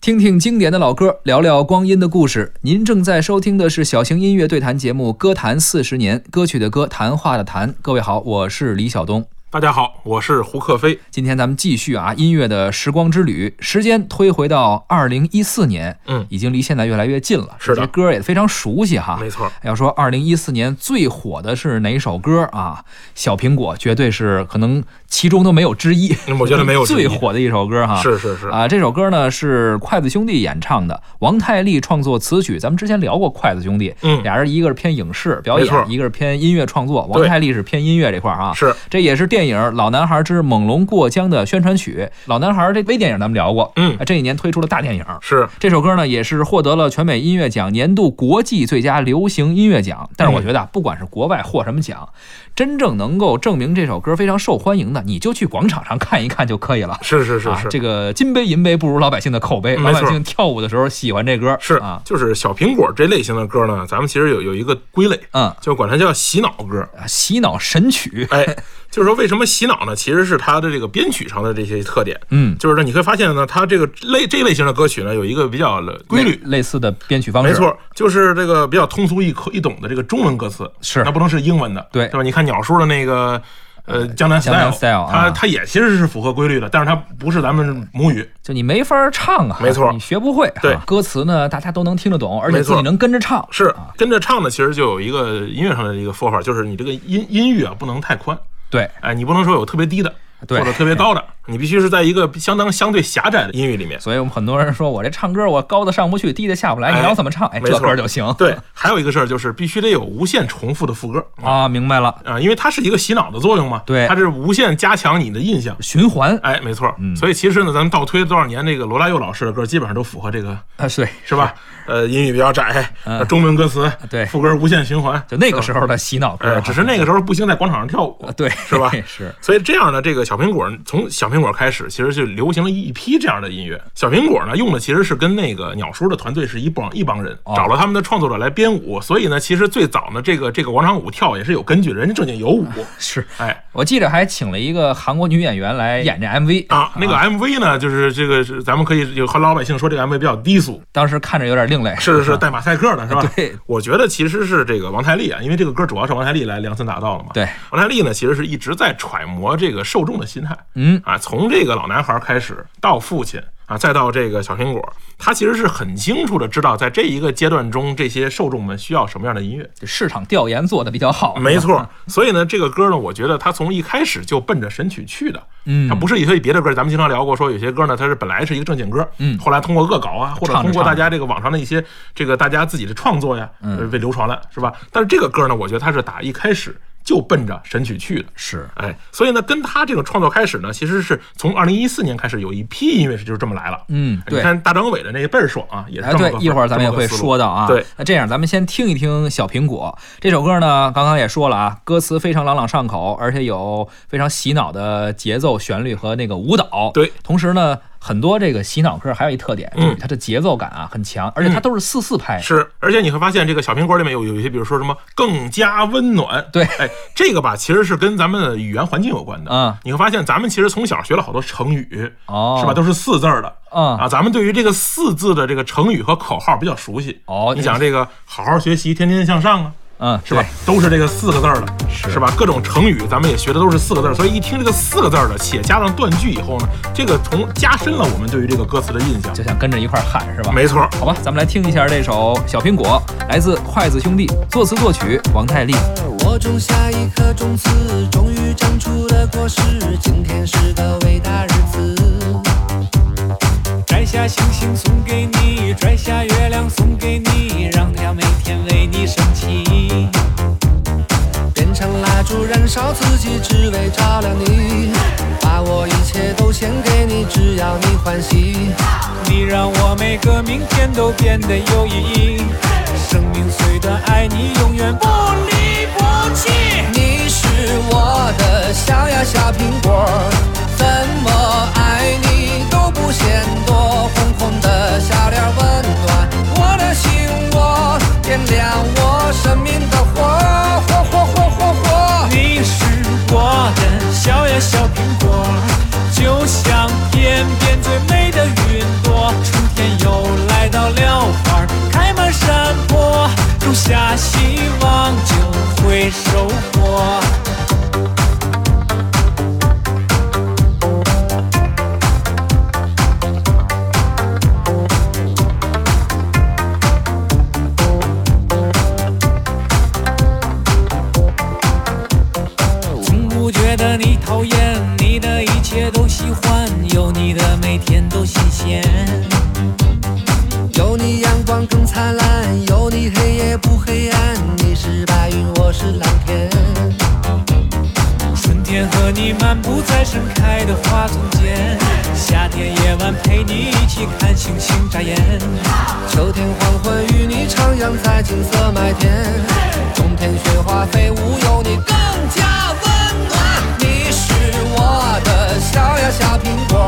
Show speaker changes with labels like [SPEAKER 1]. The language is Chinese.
[SPEAKER 1] 听听经典的老歌，聊聊光阴的故事。您正在收听的是小型音乐对谈节目《歌坛四十年》，歌曲的歌，谈话的谈。各位好，我是李晓东。
[SPEAKER 2] 大家好，我是胡克飞。
[SPEAKER 1] 今天咱们继续啊，音乐的时光之旅，时间推回到二零一四年，
[SPEAKER 2] 嗯
[SPEAKER 1] 已经离现在越来越近了。
[SPEAKER 2] 是的
[SPEAKER 1] 这歌也非常熟悉哈。哎
[SPEAKER 2] 没错，
[SPEAKER 1] 要说二零一四年最火的是哪首歌啊？小苹果绝对是可能其中都没有之一。
[SPEAKER 2] 嗯我觉得没有之一
[SPEAKER 1] 最火的一首歌哈。
[SPEAKER 2] 是是是，
[SPEAKER 1] 啊，这首歌呢是筷子兄弟演唱的，王太利创作词曲。咱们之前聊过筷子兄弟，
[SPEAKER 2] 嗯，
[SPEAKER 1] 俩人一个是偏影视表
[SPEAKER 2] 没错
[SPEAKER 1] 演，一个是偏音乐创作。王
[SPEAKER 2] 对
[SPEAKER 1] 太利是偏音乐这块儿啊。
[SPEAKER 2] 是，
[SPEAKER 1] 这也是电影《老男孩之猛龙过江》的宣传曲。《老男孩》这微电影咱们聊过，
[SPEAKER 2] 嗯
[SPEAKER 1] 啊，这一年推出了大电影。
[SPEAKER 2] 是，
[SPEAKER 1] 这首歌呢，也是获得了全美音乐奖年度国际最佳流行音乐奖。但是
[SPEAKER 2] 嗯
[SPEAKER 1] 我觉得啊，不管是国外获什么奖，真正能够证明这首歌非常受欢迎的，你就去广场上看一看就可以了。
[SPEAKER 2] 是是是
[SPEAKER 1] 啊，
[SPEAKER 2] 是
[SPEAKER 1] 这个金杯银杯不如老百姓的口碑，老
[SPEAKER 2] 嗯没
[SPEAKER 1] 百
[SPEAKER 2] 错
[SPEAKER 1] 姓跳舞的时候喜欢这歌
[SPEAKER 2] 是
[SPEAKER 1] 啊，，
[SPEAKER 2] 就是小苹果这类型的歌呢，咱们其实有有一个归类，
[SPEAKER 1] 嗯，
[SPEAKER 2] 就管它叫洗脑歌。
[SPEAKER 1] 洗脑神曲，
[SPEAKER 2] 哎，就是说为什么洗脑呢？其实是它的这个编曲上的这些特点。
[SPEAKER 1] 嗯，
[SPEAKER 2] 就是说你会发现呢，它这个类这类型的歌曲呢，有一个比较的规律。
[SPEAKER 1] 类类似的编曲方式，
[SPEAKER 2] 没，错，就是这个比较通俗易可易懂的这个中文歌词，
[SPEAKER 1] 是
[SPEAKER 2] 那不能是英文的，
[SPEAKER 1] 对
[SPEAKER 2] 对吧？你看鸟叔的那个。呃，江南
[SPEAKER 1] 江南
[SPEAKER 2] style，,
[SPEAKER 1] Style，
[SPEAKER 2] 它
[SPEAKER 1] 啊
[SPEAKER 2] 它也其实是符合规律的，但是它不是咱们母语，
[SPEAKER 1] 就你没法唱啊，
[SPEAKER 2] 没错
[SPEAKER 1] 你学不会啊。
[SPEAKER 2] 对
[SPEAKER 1] 歌词呢，大家都能听得懂，而且
[SPEAKER 2] 没
[SPEAKER 1] 自
[SPEAKER 2] 错
[SPEAKER 1] 己能跟着唱。
[SPEAKER 2] 是跟着唱呢，其实就有一个音乐上的一个说法，就是你这个音音域啊不能太宽，
[SPEAKER 1] 对，
[SPEAKER 2] 哎，你不能说有特别低的
[SPEAKER 1] 对
[SPEAKER 2] 或者特别高的，你必须是在一个相当相对狭窄的音域里面。
[SPEAKER 1] 所以我们很多人说我这唱歌我高的上不去，低的下不来，
[SPEAKER 2] 哎
[SPEAKER 1] 你让我怎么唱？哎，
[SPEAKER 2] 没
[SPEAKER 1] 这
[SPEAKER 2] 错
[SPEAKER 1] 歌就行。
[SPEAKER 2] 对，还有一个事儿就是必须得有无限重复的副歌啊
[SPEAKER 1] 啊，明白了，
[SPEAKER 2] 啊，因为它是一个洗脑的作用嘛，
[SPEAKER 1] 对
[SPEAKER 2] 它是无限加强你的印象。
[SPEAKER 1] 循环
[SPEAKER 2] 哎，没错，
[SPEAKER 1] 嗯
[SPEAKER 2] 所以其实呢，咱们倒推多少年，这个罗大佑老师的歌基本上都符合这个，
[SPEAKER 1] 啊，对，
[SPEAKER 2] 是吧？呃，音域比较窄，呃中文歌词，
[SPEAKER 1] 嗯啊对
[SPEAKER 2] 副歌无限循环，
[SPEAKER 1] 就那个时候的洗脑歌
[SPEAKER 2] 呃，
[SPEAKER 1] 啊，
[SPEAKER 2] 只是那个时候不兴在广场上跳舞
[SPEAKER 1] 啊，，对，
[SPEAKER 2] 是吧
[SPEAKER 1] 是，
[SPEAKER 2] 所以这样呢，这个小苹果从小苹果开始，其实就流行了一批这样的音乐。小苹果呢，用的其实是跟那个鸟叔的团队是一帮一帮人，
[SPEAKER 1] 哦
[SPEAKER 2] 找了他们的创作者来编舞。所以呢，其实最早呢，这个这个广场舞跳也是有根据的，人家正经有 舞。
[SPEAKER 1] 是。
[SPEAKER 2] 哎
[SPEAKER 1] 我记着还请了一个韩国女演员来演这 MV
[SPEAKER 2] 啊，那个 MV 呢，就是这个是咱们可以有和老百姓说这个 MV 比较低俗，
[SPEAKER 1] 当时看着有点另类，
[SPEAKER 2] 是是是带马赛克的是吧？
[SPEAKER 1] 啊对，
[SPEAKER 2] 我觉得其实是这个王太利啊，因为这个歌主要是王太利来量身打造的嘛。
[SPEAKER 1] 对，
[SPEAKER 2] 王太利呢，其实是一直在揣摩这个受众的心态。
[SPEAKER 1] 嗯
[SPEAKER 2] 啊，从这个老男孩开始，到父亲啊，再到这个小苹果，他其实是很清楚的知道，在这一个阶段中，这些受众们需要什么样的音乐。
[SPEAKER 1] 市场调研做的比较好，
[SPEAKER 2] 没错，
[SPEAKER 1] 嗯
[SPEAKER 2] 所以呢，这个歌呢，我觉得它从一开始就奔着神曲去的，嗯，它不是一些别的歌，咱们经常聊过，说有些歌呢，它是本来是一个正经歌，嗯，后来通过恶搞啊，或者
[SPEAKER 1] 唱着
[SPEAKER 2] 通过
[SPEAKER 1] 唱着
[SPEAKER 2] 大家这个网上的一些这个大家自己的创作呀，嗯，被流传了，是吧？但是这个歌呢，我觉得它是打一开始就奔着神曲去的，
[SPEAKER 1] 是
[SPEAKER 2] 哎，所以呢，跟他这个创作开始呢，其实是从二零一四年开始，有一批音乐是就是这么来了。
[SPEAKER 1] 嗯对
[SPEAKER 2] 哎你看大张伟的那个倍儿爽啊，也是
[SPEAKER 1] 哎，
[SPEAKER 2] 这么
[SPEAKER 1] 对
[SPEAKER 2] 个，
[SPEAKER 1] 一会儿咱们也
[SPEAKER 2] 这么
[SPEAKER 1] 会
[SPEAKER 2] 个思路
[SPEAKER 1] 说到啊。
[SPEAKER 2] 对，
[SPEAKER 1] 那这样咱们先听一听《小苹果》这首歌呢，刚刚也说了啊，歌词非常朗朗上口，而且有非常洗脑的节奏、旋律和那个舞蹈。
[SPEAKER 2] 对，嗯
[SPEAKER 1] 同时呢，很多这个洗脑歌还有一特点，就是它的节奏感啊很强，而且它都是四四拍。
[SPEAKER 2] 是，而且你会发现这个小苹果里面有有一些，比如说什么更加温暖，
[SPEAKER 1] 对
[SPEAKER 2] 哎，这个吧，其实是跟咱们的语言环境有关的。
[SPEAKER 1] 嗯
[SPEAKER 2] 你会发现咱们其实从小学了好多成语，
[SPEAKER 1] 哦
[SPEAKER 2] 是吧？都是四字儿的。
[SPEAKER 1] 嗯
[SPEAKER 2] 啊，咱们对于这个四字的这个成语和口号比较熟悉。
[SPEAKER 1] 哦
[SPEAKER 2] 你想这个好好学习，天天向上啊。
[SPEAKER 1] 嗯，
[SPEAKER 2] 是吧？都是这个四个字儿的，
[SPEAKER 1] 是
[SPEAKER 2] 是吧？各种成语咱们也学的都是四个字儿，所以一听这个四个字儿的，且加上断句以后呢，这个从加深了我们对于这个歌词的印象
[SPEAKER 1] 对？。就想跟着一块儿喊是吧？
[SPEAKER 2] 没错儿，
[SPEAKER 1] 好吧，咱们来听一下这首《小苹果》，来自筷子兄弟，作词作曲王太利。
[SPEAKER 3] 我种下一颗种子，终于长出了果实。今天是个伟大日子，
[SPEAKER 4] 摘下星星送给你，摘下月亮送给你，让它每天为你升起。
[SPEAKER 3] 变成蜡烛燃烧自己，只为照亮你。把我一切都献给你，只要你欢喜。
[SPEAKER 4] 你让我每个明天都变得有意义，生命虽短，爱你永远不离不弃。
[SPEAKER 3] 你是我的小呀小苹果，怎么爱你都不嫌多。红红的小脸温暖我的心窝，点亮我生命的火，火火火火火。
[SPEAKER 4] 你是我的小呀小苹果，就像天边最美的云朵，春天
[SPEAKER 3] 下希望，就会收获。从不觉得你讨厌，你的一切都喜欢，有你的每天都新鲜。
[SPEAKER 5] 有你阳光更灿烂，有你黑夜不黑暗。你是白云，我是蓝天。
[SPEAKER 3] 春天和你漫步在盛开的花丛间，夏天夜晚陪你一起看星星眨眼，
[SPEAKER 5] 秋天黄昏与你徜徉在景色麦田，冬天雪花飞舞有你更加温暖。你是我的小呀小苹果，